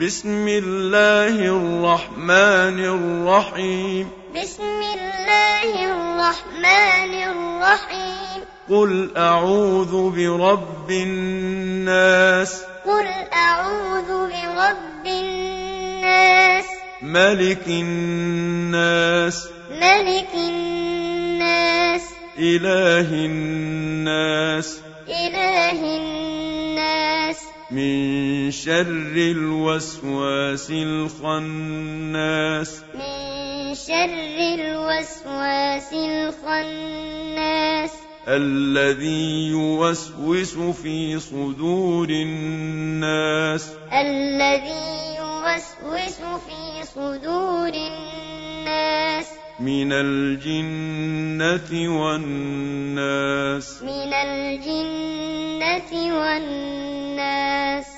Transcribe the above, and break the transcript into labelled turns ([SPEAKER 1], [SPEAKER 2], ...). [SPEAKER 1] بسم الله الرحمن الرحيم
[SPEAKER 2] بسم الله الرحمن الرحيم
[SPEAKER 1] قل أعوذ برب الناس
[SPEAKER 2] قل أعوذ برب الناس
[SPEAKER 1] ملك الناس
[SPEAKER 2] ملك الناس
[SPEAKER 1] إله الناس
[SPEAKER 2] إله الناس
[SPEAKER 1] من شر الوسواس الخناس
[SPEAKER 2] من شر الوسواس الخناس
[SPEAKER 1] الذي يوسوس في صدور الناس
[SPEAKER 2] الذي يوسوس في صدور الناس
[SPEAKER 1] من الجنة والناس
[SPEAKER 2] من الجنة والناس